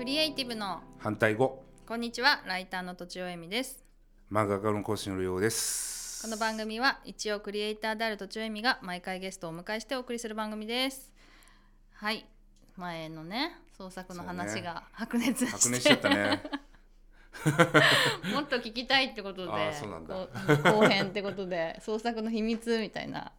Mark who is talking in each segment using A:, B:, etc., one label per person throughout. A: イティブの
B: 反対語
A: こんにちはライターのとちおえみです
B: 漫画家の講師のりょうです
A: この番組は一応クリエイターであるとちおえみが毎回ゲストをお迎えしてお送りする番組ですはい前のね創作の
B: そう
A: 話
B: ね
A: が白熱して、
B: 白熱しちゃったね
A: もっと聞きたいってことで
B: あーそうなんだ
A: こう後編ってことで創作の秘密みたいな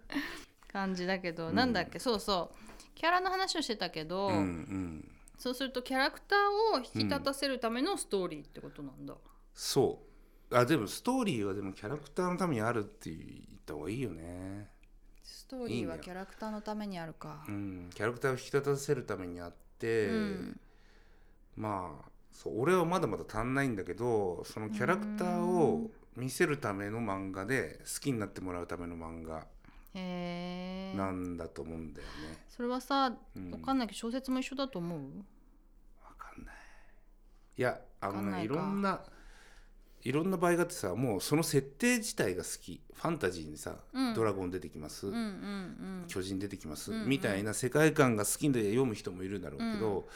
A: 感じだけど、
B: うん
A: なんだっけそうそうキャラの話をしてたけど、
B: うんうん
A: そうするとキャラクターを引き立たせるためのストーリーってことなんだ、
B: そうあでもストーリーはでもキャラクターのためにあるって言った方がいいよね
A: ストーリーはキャラクターのためにあるか
B: うんキャラクターを引き立たせるためにあって、
A: うん
B: まあそう俺はまだまだ足んないんだけどそのキャラクターを見せるための漫画で好きになってもらうための漫画
A: へえ
B: なんだと思うんだよね。
A: それはさ
B: うん
A: わかんないけど小説も一緒だと思う
B: わかんないいやあ
A: わかん
B: の
A: な
B: ね
A: い
B: い
A: か
B: ろんないろんな場合があってさもうその設定自体が好きファンタジーにさ、
A: うん
B: ドラゴン出てきます、
A: うんうんうん
B: 巨人出てきます、
A: うんうん
B: みたいな世界観が好きで読む人もいるんだろうけど、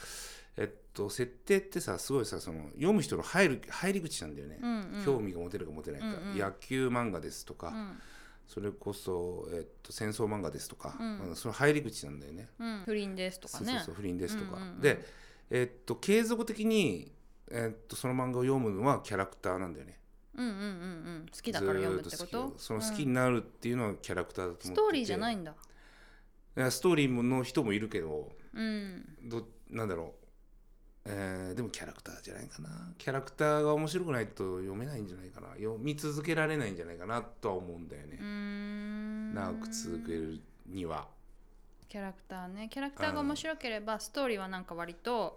B: えっと設定ってさすごいさその読む人の入る入り口なんだよね、
A: うんうん
B: 興味が持てるか持てないか、
A: うんうん
B: 野球漫画ですとか、
A: うん
B: それこそ、えっと、戦争漫画ですとか、
A: うん
B: まあその入り口なんだよね。
A: うん不倫ですとかね
B: そうそうそう不倫ですとか、
A: うんうんうん
B: で、えっと継続的に、えっとその漫画を読むのはキャラクターなんだよね
A: うんうんうんうん好きだから読むって
B: ず
A: こ
B: ーと好
A: と
B: きをその好き
A: うん
B: になるっていうのはキャラクターだと思って
A: ス
B: て、
A: トーリーじゃないんだ
B: いやストーリーの人もいるけど
A: うん
B: どなんだろうえーでもキャラクターじゃないかなキャラクターが面白くないと読めないんじゃないかな読み続けられないんじゃないかなとは思うんだよ
A: う
B: ね
A: ー、ん
B: 長く続けるには
A: キャラクターねキャラクターが面白ければストーリーはなんか割と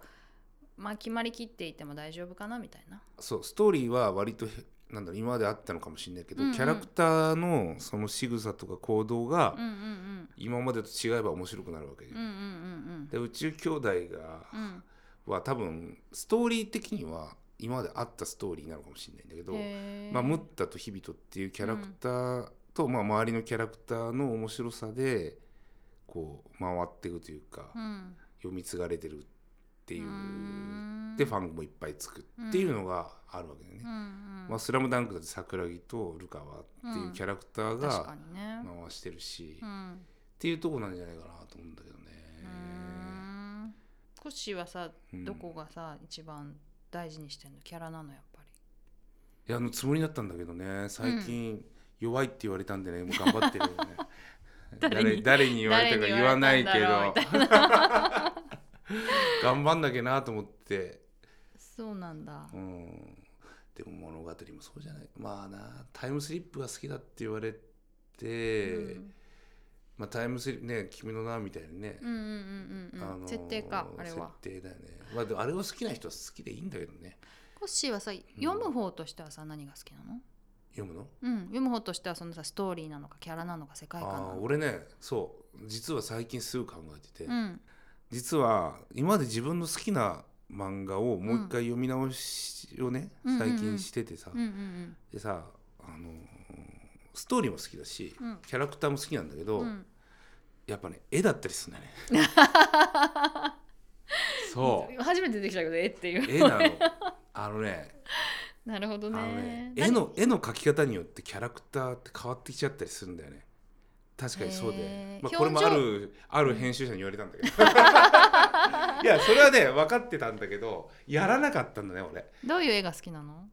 A: まあ決まりきっていても大丈夫かなみたいな
B: そうストーリーは割とへなんだろう今まであったのかもしれないけど、
A: うんうん
B: キャラクターのその仕草とか行動が
A: うんうん
B: 今までと違えば面白くなるわけで,、
A: うんうんうん
B: で宇宙兄弟が、
A: うんうん
B: は多分ストーリー的には今まであったストーリーなのかもしれないんだけど、
A: へー
B: まあ、ムッタとヒビトっていうキャラクターと、まあ、周りのキャラクターの面白さでこう回っていくというか、
A: うん
B: 読み継がれてるっていう
A: ーん
B: でファンもいっぱいつくっていうのがあるわけだよね。
A: うんうん
B: まあ、スラムダンクだって桜木とルカワっていうキャラクター
A: 確か
B: が
A: にね
B: 回してるし、
A: う
B: っ
A: ん
B: ていうとこなんじゃないかなと思うんだけどね。
A: うーんコッシーはさ
B: うん
A: どこがさ一番大事にしてんのキャラなのやっぱり
B: いやあのつもりだったんだけどね最近弱いって言われたんでねもう頑張ってるよね。
A: 誰に
B: 誰誰に言われたか言わないけど
A: 誰に言われた
B: 頑張んなきゃなと思って、
A: そうなんだ
B: うん、でも物語もそうじゃないまあなタイムスリップが好きだって言われて、
A: うん
B: まあ、タイムスリップね「君の名」みたいにね、
A: うんうんうん
B: あ
A: うんう
B: の
A: ん
B: ー
A: 設定かあれは
B: 設定だよね、まあ、でもあれを好きな人は好きでいいんだけどね
A: コッシーはさ読む方としてはさ何が好きなの
B: 読むの
A: うん読む方としてはそのさストーリーなのかキャラなのか世界観な
B: ああ
A: のか
B: 俺ねそう実は最近すぐ考えてて、
A: うん
B: 実は今まで自分の好きな漫画をもう一回読み直しをね、
A: うん
B: 最近しててさ、
A: うんうん
B: でさあのーストーリーも好きだし、
A: うん
B: キャラクターも好きなんだけど、
A: うんうん
B: やっぱね絵だったりするんだよね そう
A: 初めて出てきたけど絵っていう
B: 絵なのあのね
A: なるほど
B: あのね
A: ね
B: 絵の絵の描き方によってキャラクターって変わってきちゃったりするんだよね確かにそう
A: へ
B: で
A: ー、
B: まあ、これもあるある編集者に言われたんだけど いやそれはね分かってたんだけどやらなかったんだね俺い
A: どういう絵が好きなの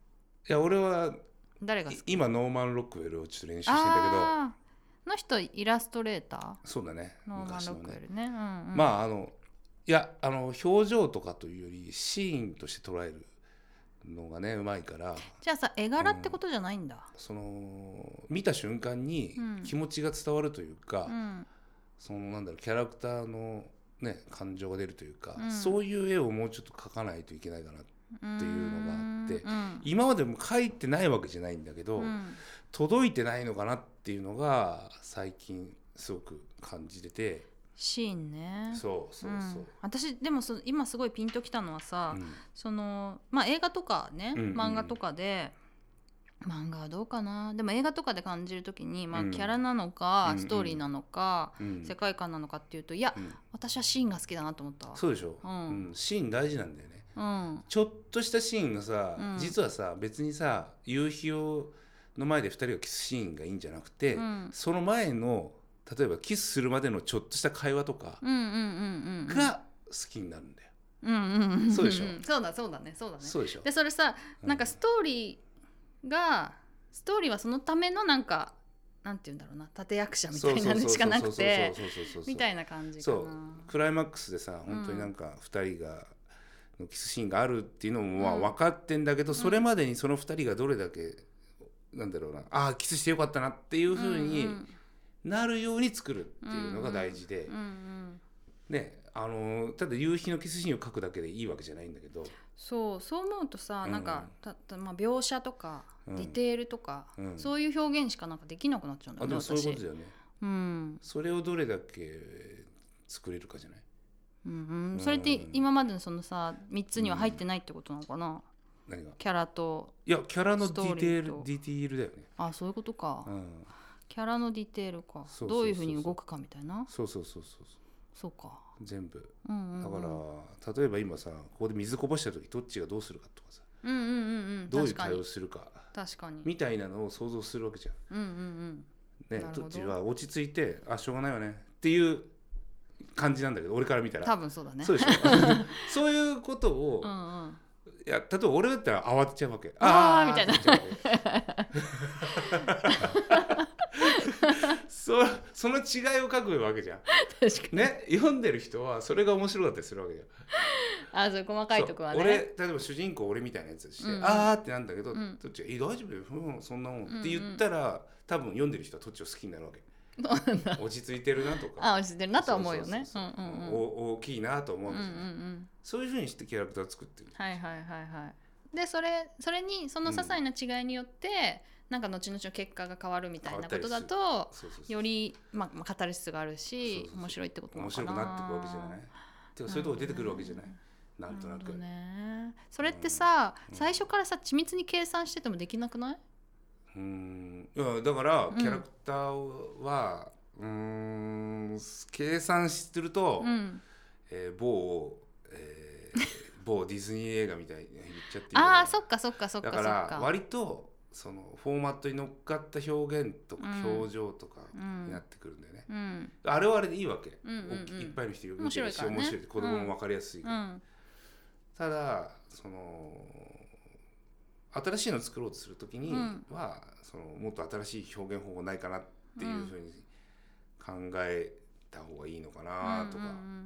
B: や俺は
A: 誰が
B: い
A: 好き
B: 今ノーマン・ロックウェルをちょっと練習してんだけど
A: あーの人イラストレータ
B: そうだね
A: ーノーマン・
B: 昔
A: ロ
B: の
A: ックウェ
B: ね
A: ルねうんうん、
B: まああのいやあの表情とかというよりシーンとして捉えるのがねうまいから
A: じゃあさ絵柄ってことじゃないんだ、
B: その見た瞬間に
A: うん
B: 気持ちが伝わるというか、
A: うん
B: そのなんだろうキャラクターの、ね、感情が出るというか、
A: うん
B: そういう絵をもうちょっと描かないといけないかな
A: っ
B: っていうのがあって
A: うん
B: 今までも描いてないわけじゃないんだけど、
A: うん
B: 届いてないのかなっていうのが最近すごく感じてて、
A: シーンね
B: そうそうそう
A: うん、私でもその今すごいピンときたのはさ、
B: うん
A: そのまあ映画とかね、
B: うんうん
A: 漫画とかで漫画はどうかなでも映画とかで感じる時に、まあ、
B: うん
A: キャラなのか、
B: うんうん
A: ストーリーなのか、
B: うん
A: 世界観なのかっていうといや
B: うん
A: 私はシーンが好きだなと思ったわ
B: そうでしょ、
A: うん
B: うんシーン大事なんだよね
A: うん
B: ちょっとしたシーンがさ、
A: うん
B: 実はさ別にさ夕日をの前で2人がキスシーンがいいんじゃなくて、
A: うん
B: その前の例えばキスするまでのちょっとした会話とか
A: うんうんうんうんうん
B: が好きになるんだよ。
A: うんうんうんん
B: そうでしょ
A: そうだそうだねそうだね
B: そうでしょ
A: でそれさ
B: うん
A: なんかストーリーがストーリーはそのためのなんかなんて言うんだろうな立役者みたいなのしかなくて
B: そうそうそうそうそうそうそうそう
A: みたいな感じか
B: そう
A: な
B: クライマックスでさ本当になんか2人がのキスシーンがあるっていうのもまあ
A: うん
B: 分かってんだけど、それまでにその2人がどれだけなんだろうなああキスしてよかったなっていうふうに
A: ん
B: なるように作るっていうのが大事で、
A: うんうんうん
B: ねあのーただ夕日のキスシーンを書くだけでいいわけじゃないんだけど、
A: そうそう思うとさ
B: うん
A: なんか、たたまあ、描写とか
B: うん
A: ディテールとか、
B: うん
A: そういう表現しかなんかできなくなっちゃうんだ
B: あ
A: よ
B: で
A: ね
B: もそういう
A: 私
B: ことだよね
A: うん
B: それをどれだけ作れるかじゃない
A: うんうん、それって今までのそのさ3つには入ってないってことなのかな、
B: 何が
A: キャラと
B: いやキャラの
A: ス
B: デ
A: トー
B: ィ
A: リ
B: テ
A: ー
B: ール
A: と
B: ディティールだよね、
A: あそういうことか、
B: うん、
A: キャラのディテールか
B: そうそうそうそう
A: どういうふうに動くかみたいな
B: そうそうそうそうそ
A: そうか、
B: う全部
A: うんうんうん、
B: だから例えば今さここで水こぼした時どっちがどうするかとかさ
A: うんうんうんうん
B: どういう
A: 確か
B: 対応
A: に
B: するか
A: 確かに
B: みたいなのを想像するわけじゃん。
A: うんうんな
B: ね
A: るほど
B: どっちは落ち着いてあしょうがないよねっていう感じなんだけど俺から見た
A: うん
B: ら。
A: 多分そうだね
B: そうでしょそういうことを、
A: うん
B: い
A: うん
B: や例えば俺だったら慌てちゃうわけ
A: あー
B: ー
A: みたいな
B: って言っちゃうわけ そその違いを書くわけじゃん
A: 確かに
B: ね読んでる人はそれが面白かったりするわけじゃん
A: あそういう細かいとこはね
B: そう俺例えば主人公俺みたいなやつして、
A: うん
B: あーってなんだけど、
A: うん
B: どっちが「え大丈夫よ、うん、そんなもん」
A: んうん
B: って言ったら多分読んでる人はどっちを好きになるわけ
A: そうなんだ
B: 落ち着いてるなとか
A: あ落ちてるなとは思うよねう
B: そ
A: ん
B: う
A: う
B: そ
A: ん
B: うそう
A: うんうん
B: お大きいなと思う
A: うんんう
B: で
A: んう
B: す
A: ん
B: よ、そういうふうにしてキャラクター作ってる、
A: はいはいはいはいでそれそれにその些細な違いによって、なんか後々の結果が変わるみたいなことだと
B: そうそうそう
A: より、まあ、まあカタルシスがあるし
B: そうそうそう
A: 面白いってことなの
B: 面
A: か
B: 白
A: な
B: くなってくわけじゃないてかそういうとこ出てくるわけじゃないな
A: なん
B: とな
A: るほ
B: く
A: どねそれってさ、
B: うん
A: 最初からさ緻密に計算しててもできなくない、
B: うんいやだから
A: うん
B: キャラクターはうんん計算すると、
A: うん、
B: えー某、えー某ディズニー映画みたいに言っちゃっていいのかな
A: あーそっかそっかそっか
B: だ
A: そっ
B: から
A: か
B: 割とそのフォーマットに乗っかった表現とか
A: うん
B: 表情とか
A: うん
B: になってくるんだよね、
A: うん
B: あれはあれでいいわけ、
A: うんうんうん
B: おっきいっぱいの人よく
A: 面白いからね
B: 面白いって子供も分かりやすいか
A: う
B: ら、
A: ん
B: ただその新しいの作ろうとする時に
A: うん
B: は、そのもっと新しい表現方法ないかなっていうふうに考えた方がいいのかなとか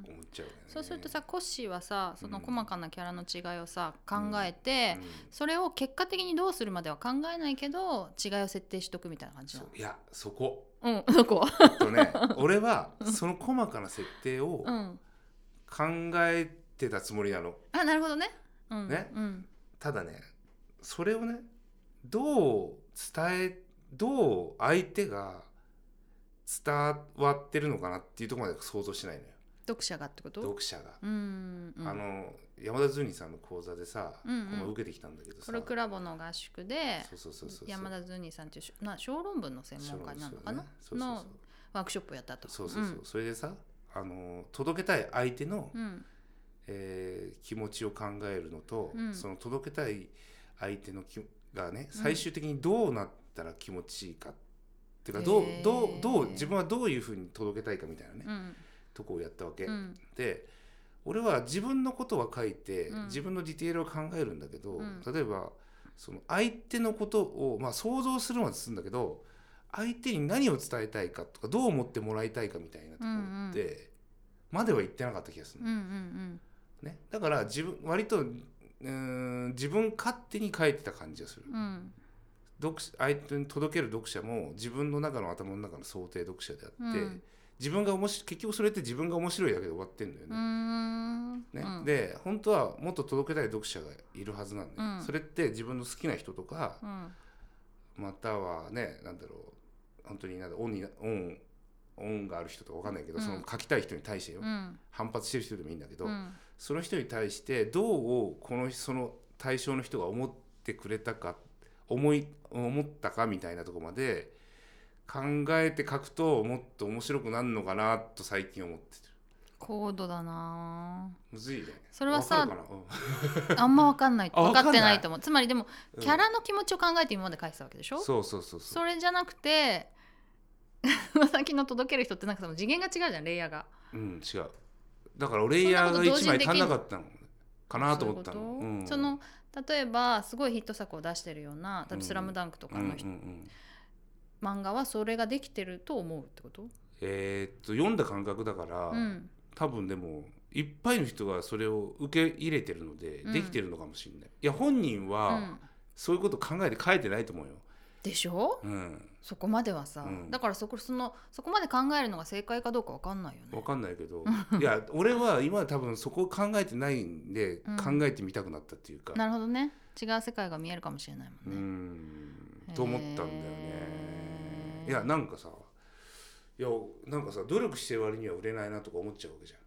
B: 思っちゃうよね、
A: そうするとさコッシーはさその
B: うん
A: 細かなキャラの違いをさ考えて、
B: うん
A: それを結果的にどうするまでは考えないけど違いを設定しとくみたいな感じな
B: そ
A: の
B: ういや そこ
A: うんどこ
B: えっとね俺はその細かな設定を
A: うん
B: 考えてたつもりなの
A: あなるほどねうん
B: ね
A: うん
B: ただねそれをねどう伝えどう相手が伝わってるのかなっていうところまで想像しないのよ
A: 読者がってこと
B: 読者が、
A: うんうん
B: あの山田ズーニさんの講座でさ、
A: うんうん
B: この受けてきたんだけど
A: コ
B: さ
A: ルクラボの合宿で
B: そうそうそうそう
A: 山田ズニさんっていうしな小論文の専門家になるのかな
B: そうそう
A: のワークショップをやったと
B: そうそうそうそうそうそれでさあの届けたい相手の、
A: うんうん
B: えー気持ちを考えるのと、
A: うん
B: その届けたい相手のきがね最終的にどうなったら気持ちいいか、っていうかどう
A: へー
B: どうどう自分はどういうふうに届けたいかみたいなね、
A: うん
B: とこをやったわけ、
A: うん
B: で俺は自分のことは書いて、
A: うん
B: 自分のディテールを考えるんだけど、
A: うん
B: 例えばその相手のことを、まあ、想像するまでするんだけど相手に何を伝えたいかとかどう思ってもらいたいかみたいなところって、
A: う
B: までは言ってなかった気がするの
A: うんうん
B: ね、だから自分割とうーん自分勝手に書いてた感じがする
A: うんうん
B: 読者相手に届ける読者も自分の中の頭の中の想定読者であって、
A: うん
B: 自分が面白い結局それって自分が面白いだけで終わってんだよ
A: うー
B: ね。
A: ん
B: ね
A: うん
B: で本当はもっと届けたい読者がいるはずなんで、
A: うん
B: それって自分の好きな人とか、
A: うん
B: またはねなんだろう本当になんだオンにオンオンがある人とか分かんないけど、
A: うん
B: その書きたい人に対してよ、
A: うん
B: 反発してる人でもいいんだけど、
A: うん
B: その人に対してどうこのその対象の人が思ってくれたか思い思ったかみたいなところまで考えて書くともっと面白くなるのかなと最近思ってる
A: 高度だなぁ
B: むずいね
A: それはさ
B: わかるかなうん
A: あんま分かんない
B: あ
A: 分
B: わか
A: か
B: んない
A: ってないと思うつまりでも
B: うん
A: キャラの気持ちを考えて今まで書いてたわけでしょ、
B: そうそうそうそ
A: そ
B: う
A: れじゃなくて先の届ける人ってなんかその次元が違うじゃんレイヤーが
B: うん違うだから俺レイヤーが1枚足んなかったのかなと思った
A: そうい
B: の
A: う
B: う
A: ことそ
B: ん
A: の例えばすごいヒット作を出してるような例え
B: うん
A: ば「スラムダンクと
B: う
A: か
B: んうんう
A: の人、
B: ん
A: 漫画はそれができてると思うってこと、
B: えーっと読んだ感覚だから、
A: うん、
B: 多分でもいっぱいの人がそれを受け入れてるので、
A: うん
B: できてるのかもしれないいや本人
A: う
B: は
A: ん
B: そういうこと考えて書いてないと思うよ、
A: でしょ
B: うん、
A: そこまではさ、
B: うん
A: だからそこそのそこまで考えるのが正解かどうか分かんないよ
B: わ
A: ね。
B: かんないけ どいや俺は今多分そこを考えてないんで、
A: うん
B: 考えてみたくなったっていうか
A: なるほどね違う世界が見えるかもしれないも
B: うん
A: ね。
B: んと思ったんだよね
A: へ。ー
B: いやなんかさいやなんかさ努力してる割には売れないなとか思っちゃうわけじゃん。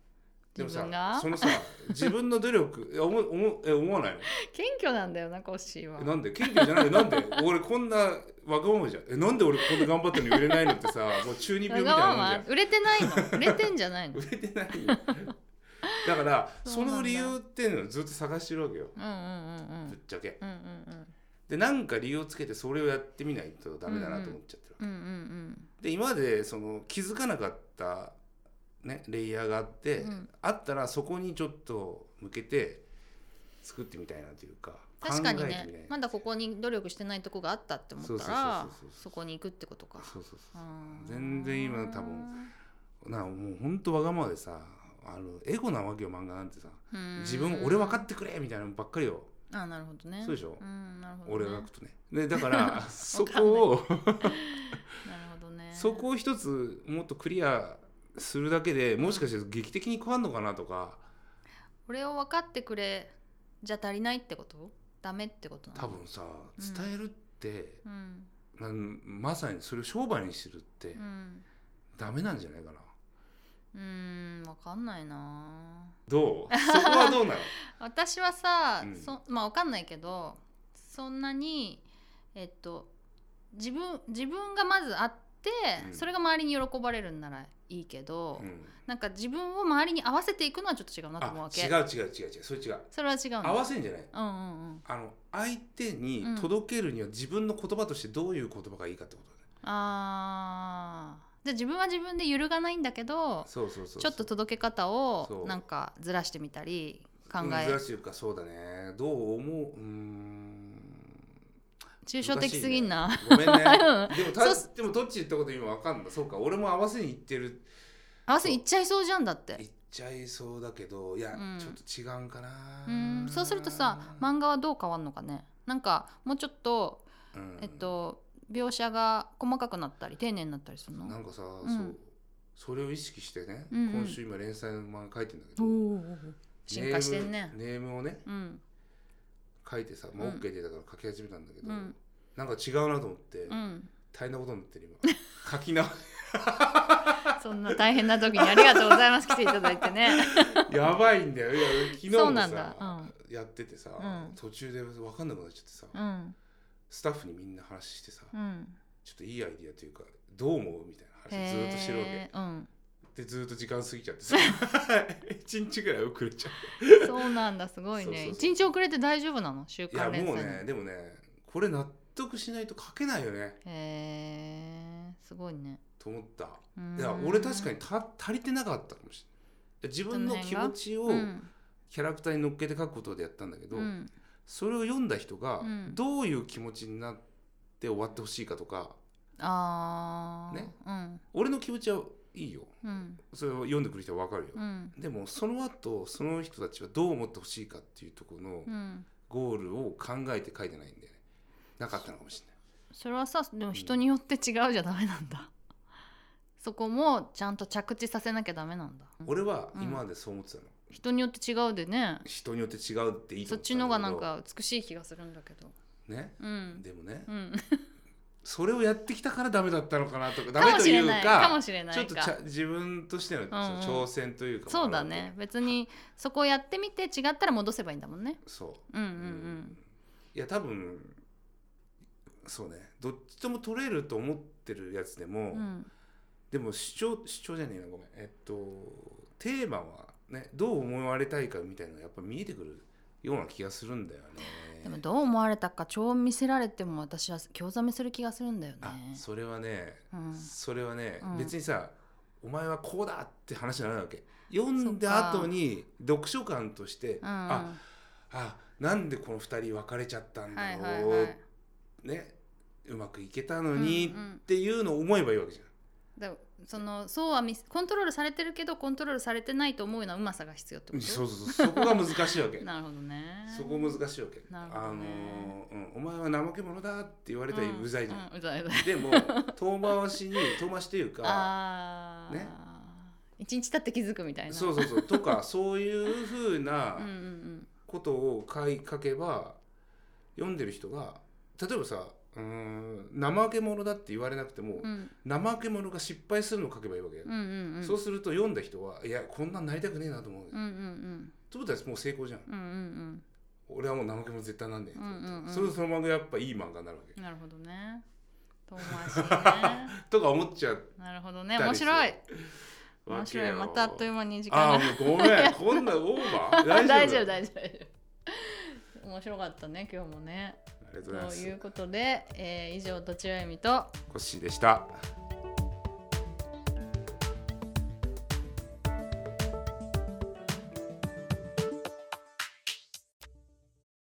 B: でも
A: 自分
B: さ
A: が
B: そのさ自分の努力いや思思え思わないの
A: 謙虚なんだよなコッシーは
B: え。なんで謙虚じゃないなんで俺こんな若者じゃんえなんで俺こんな頑張ったのに売れないのってさもう中二病みたいなもんじゃん
A: 売れて ないの売れてんじゃないの
B: 売れてないよ だから
A: そ
B: そう
A: なんだ
B: の理由っていうのをずっと探してるわけよ
A: うんうんうんうん
B: ぶっちゃけ
A: うんうんうん
B: でなんか理由をつけてそれをやってみないとダメだなと思っちゃってるわけ
A: うんうん
B: で今までその気づかなかった、ね、レイヤーがあって、
A: うん
B: あったらそこにちょっと向けて作ってみたいなというか
A: 確かに
B: 考えてみたい
A: ねまだここに努力してないとこがあったって思ったら
B: そうそうそうそうそう
A: そこに行くってことか
B: そうそうそう
A: うん
B: 全然今多分なもうほんとわがままでさあのエゴなわけよ漫画なんてさ
A: うん
B: 自分俺分かってくれみたいなのばっかりよ
A: あなるほどね
B: そうでしょ
A: んなるほどね
B: 俺が書くとねでだから そ
A: わかんない
B: こを
A: なるほどね
B: そこを一つもっとクリアするだけでもしかして劇的に変わるのかなとか
A: 俺を分かってくれじゃ足りないってことダメってことなの
B: 多分さ
A: うん
B: 伝えるって、
A: うん
B: なんまさにそれを商売にするって
A: うん
B: ダメなんじゃないかな、
A: うん分かんないな
B: どうそこはどうなの
A: 私はさ、
B: うん
A: そまあわかんないけどそんなにえっと自分自分がまずあって、
B: うん
A: それが周りに喜ばれるんならいいけど、
B: うん
A: なんか自分を周りに合わせていくのはちょっと違うなと思う
B: あ
A: わけ
B: 違う違う違う違うそれ違う
A: それは違うの
B: 合わせんじゃない
A: うんうんうん
B: あの相手に
A: うん
B: 届けるには自分の言葉としてどういう言葉がいいかってことだね、
A: あーじゃあ自分は自分で揺るがないんだけど
B: そうそうそう
A: ちょっと届け方を
B: そう
A: なんかずらしてみたり考え
B: 珍しいかそうだねどう思ううー ん
A: 抽象的すぎんな、
B: ごめんね
A: うん
B: でもた
A: そ
B: でもどっち言ったこと今わかんだそうか俺も合わせに行ってる
A: 合わせにいっちゃいそうじゃんだって
B: 言っちゃいそうだけどいや、
A: うん
B: ちょっと違うんかな
A: うんそうするとさ漫画はどう変わるのかねなんかもうちょっと、
B: うん
A: えっと、描写が細かくなったり丁寧になったりするの
B: なんかさ、
A: ん
B: そうそれを意識してね、
A: うんうん
B: 今週今連載の漫画書いてんだけ
A: お
B: ど、
A: ー進化してん
B: ネー
A: ね
B: ムネームをね
A: うん
B: 書いてさ、まあ、
A: うん
B: OK 出たから書き始めたんだけど、
A: うん
B: なんか違うなと思って、
A: うん
B: 大変なことになってる今書き 直
A: そんな大変な時にありがとうございます来ていただいてね
B: やばいんだよいや昨日
A: そう
B: も
A: なん
B: さ
A: だ、うん
B: やっててさ、
A: うん
B: 途中で分かんなくなっちゃってさ、
A: うん
B: スタッフにみんな話してさ、
A: うん
B: ちょっといいアイディアというかどう思うみたいな話ずーっとしてるわけ
A: へーうん
B: でずーっと時間過ぎちゃって さ一日ぐらい遅れちゃう
A: そうなんだすごいね
B: そうそう
A: 一
B: そう
A: 日遅れて大丈夫なの週
B: いや
A: 刊連
B: もう
A: 載に
B: ねでもねこれ納得しないと書けないよね
A: へーすごいね
B: と思った
A: うーん
B: いや俺確かにた足りてなかったかもしれない自分の気持ちを
A: うん
B: キャラクターに乗っけて書くことでやったんだけど、
A: うん
B: それを読んだ人が
A: うん
B: どういう気持ちになって終わってほしいかとか
A: あー
B: ね
A: うん
B: 俺の気持ちはいいよ
A: うん
B: それを読んでくる人は分かるよ、
A: うん
B: でもその後その人たちはどう思ってほしいかっていうところの
A: うん
B: ゴールを考えて書いてないんだよねなかったのかもしれない
A: それはさでも人によって違うじゃダメなんだ、そこもちゃんと着地させなきゃダメなんだ
B: 俺は今までそう思ってたの、
A: 人によって違うでね
B: 人によって違うっていいと
A: そっ
B: 思って
A: ち
B: た
A: の
B: だ
A: 方が
B: けど
A: なんか美しい気がするんだけど
B: ね
A: うん、
B: でもね、
A: うん、
B: それをやってきたからダメだったのかなとかダ
A: か
B: メ
A: も
B: と
A: し
B: い
A: れ
B: う
A: ない
B: か
A: かもしれないか
B: ちょっとちゃ自分としてのその
A: うんうん
B: 挑戦というか、
A: そうだね別にそこをやってみて違ったら戻せばいいんだもんね
B: そ
A: うんうん
B: う、
A: う
B: うんいや多分そうねどっちとも取れると思ってるやつでも、
A: うん、
B: でも主張主張じゃねえなごめんえっとテーマはねどう思われたいかみたいなのがやっぱ見えてくるような気がするんだよ
A: でも
B: ね。
A: どう思われたか超見せられても私は興ざめする気がするんだよね
B: あそれはね、
A: うん
B: それはね、
A: うん
B: 別にさお前はこうだって話にならないわけ読んだ後に読書感として、
A: うん
B: ああなんでこの2人別れちゃったん
A: は
B: だ
A: い
B: ろう、
A: はいはい、
B: ねうまくいけたの
A: う
B: に
A: んうん
B: っていうのを思えばいいわけじゃん。
A: だそのそうは見せコントロールされてるけどコントロールされてないと思うようなうまさが必要ってこ
B: うん
A: と
B: そうそうそうそこが難しいわけ
A: なるほどね
B: そこ難しいわけ、
A: なるほ
B: あ
A: ど
B: の
A: ね
B: ーうん、お前は怠け者だって言われたらうざいじゃん、
A: ううざいうざい
B: でも遠回しに遠回し というか
A: ああ
B: ね
A: 一日経って気づくみたいな
B: そうそうそう とかそういうふうな
A: うんうん
B: ことを書い書けば読んでる人が例えばさうーん怠け者だって言われなくても、
A: うんうん
B: 怠け者が失敗するのを書けばいいわけよ、
A: うんうんうん
B: そうすると読んだ人はいやこんなんなりたくねえなと思う、
A: うんうん
B: ということはもう成功じゃん
A: うんうんうん
B: 俺はもう怠け者絶対なんねえと思って、
A: うんうんうん
B: それそのままやっぱいい漫画になるわけ
A: うんなるほどね遠回しね
B: とか思っちゃう
A: なるほどね面白い面白いまたあっという
B: 間
A: 間に時
B: あ
A: 間
B: あ
A: が
B: もうごめんこんなオーバー大丈夫
A: 大丈夫
B: あ
A: 大丈夫大丈夫面白かったね今日もね
B: り
A: と
B: がとうございま
A: い
B: す
A: うことで、えー以上とちおえみと
B: コッシーでした
A: 「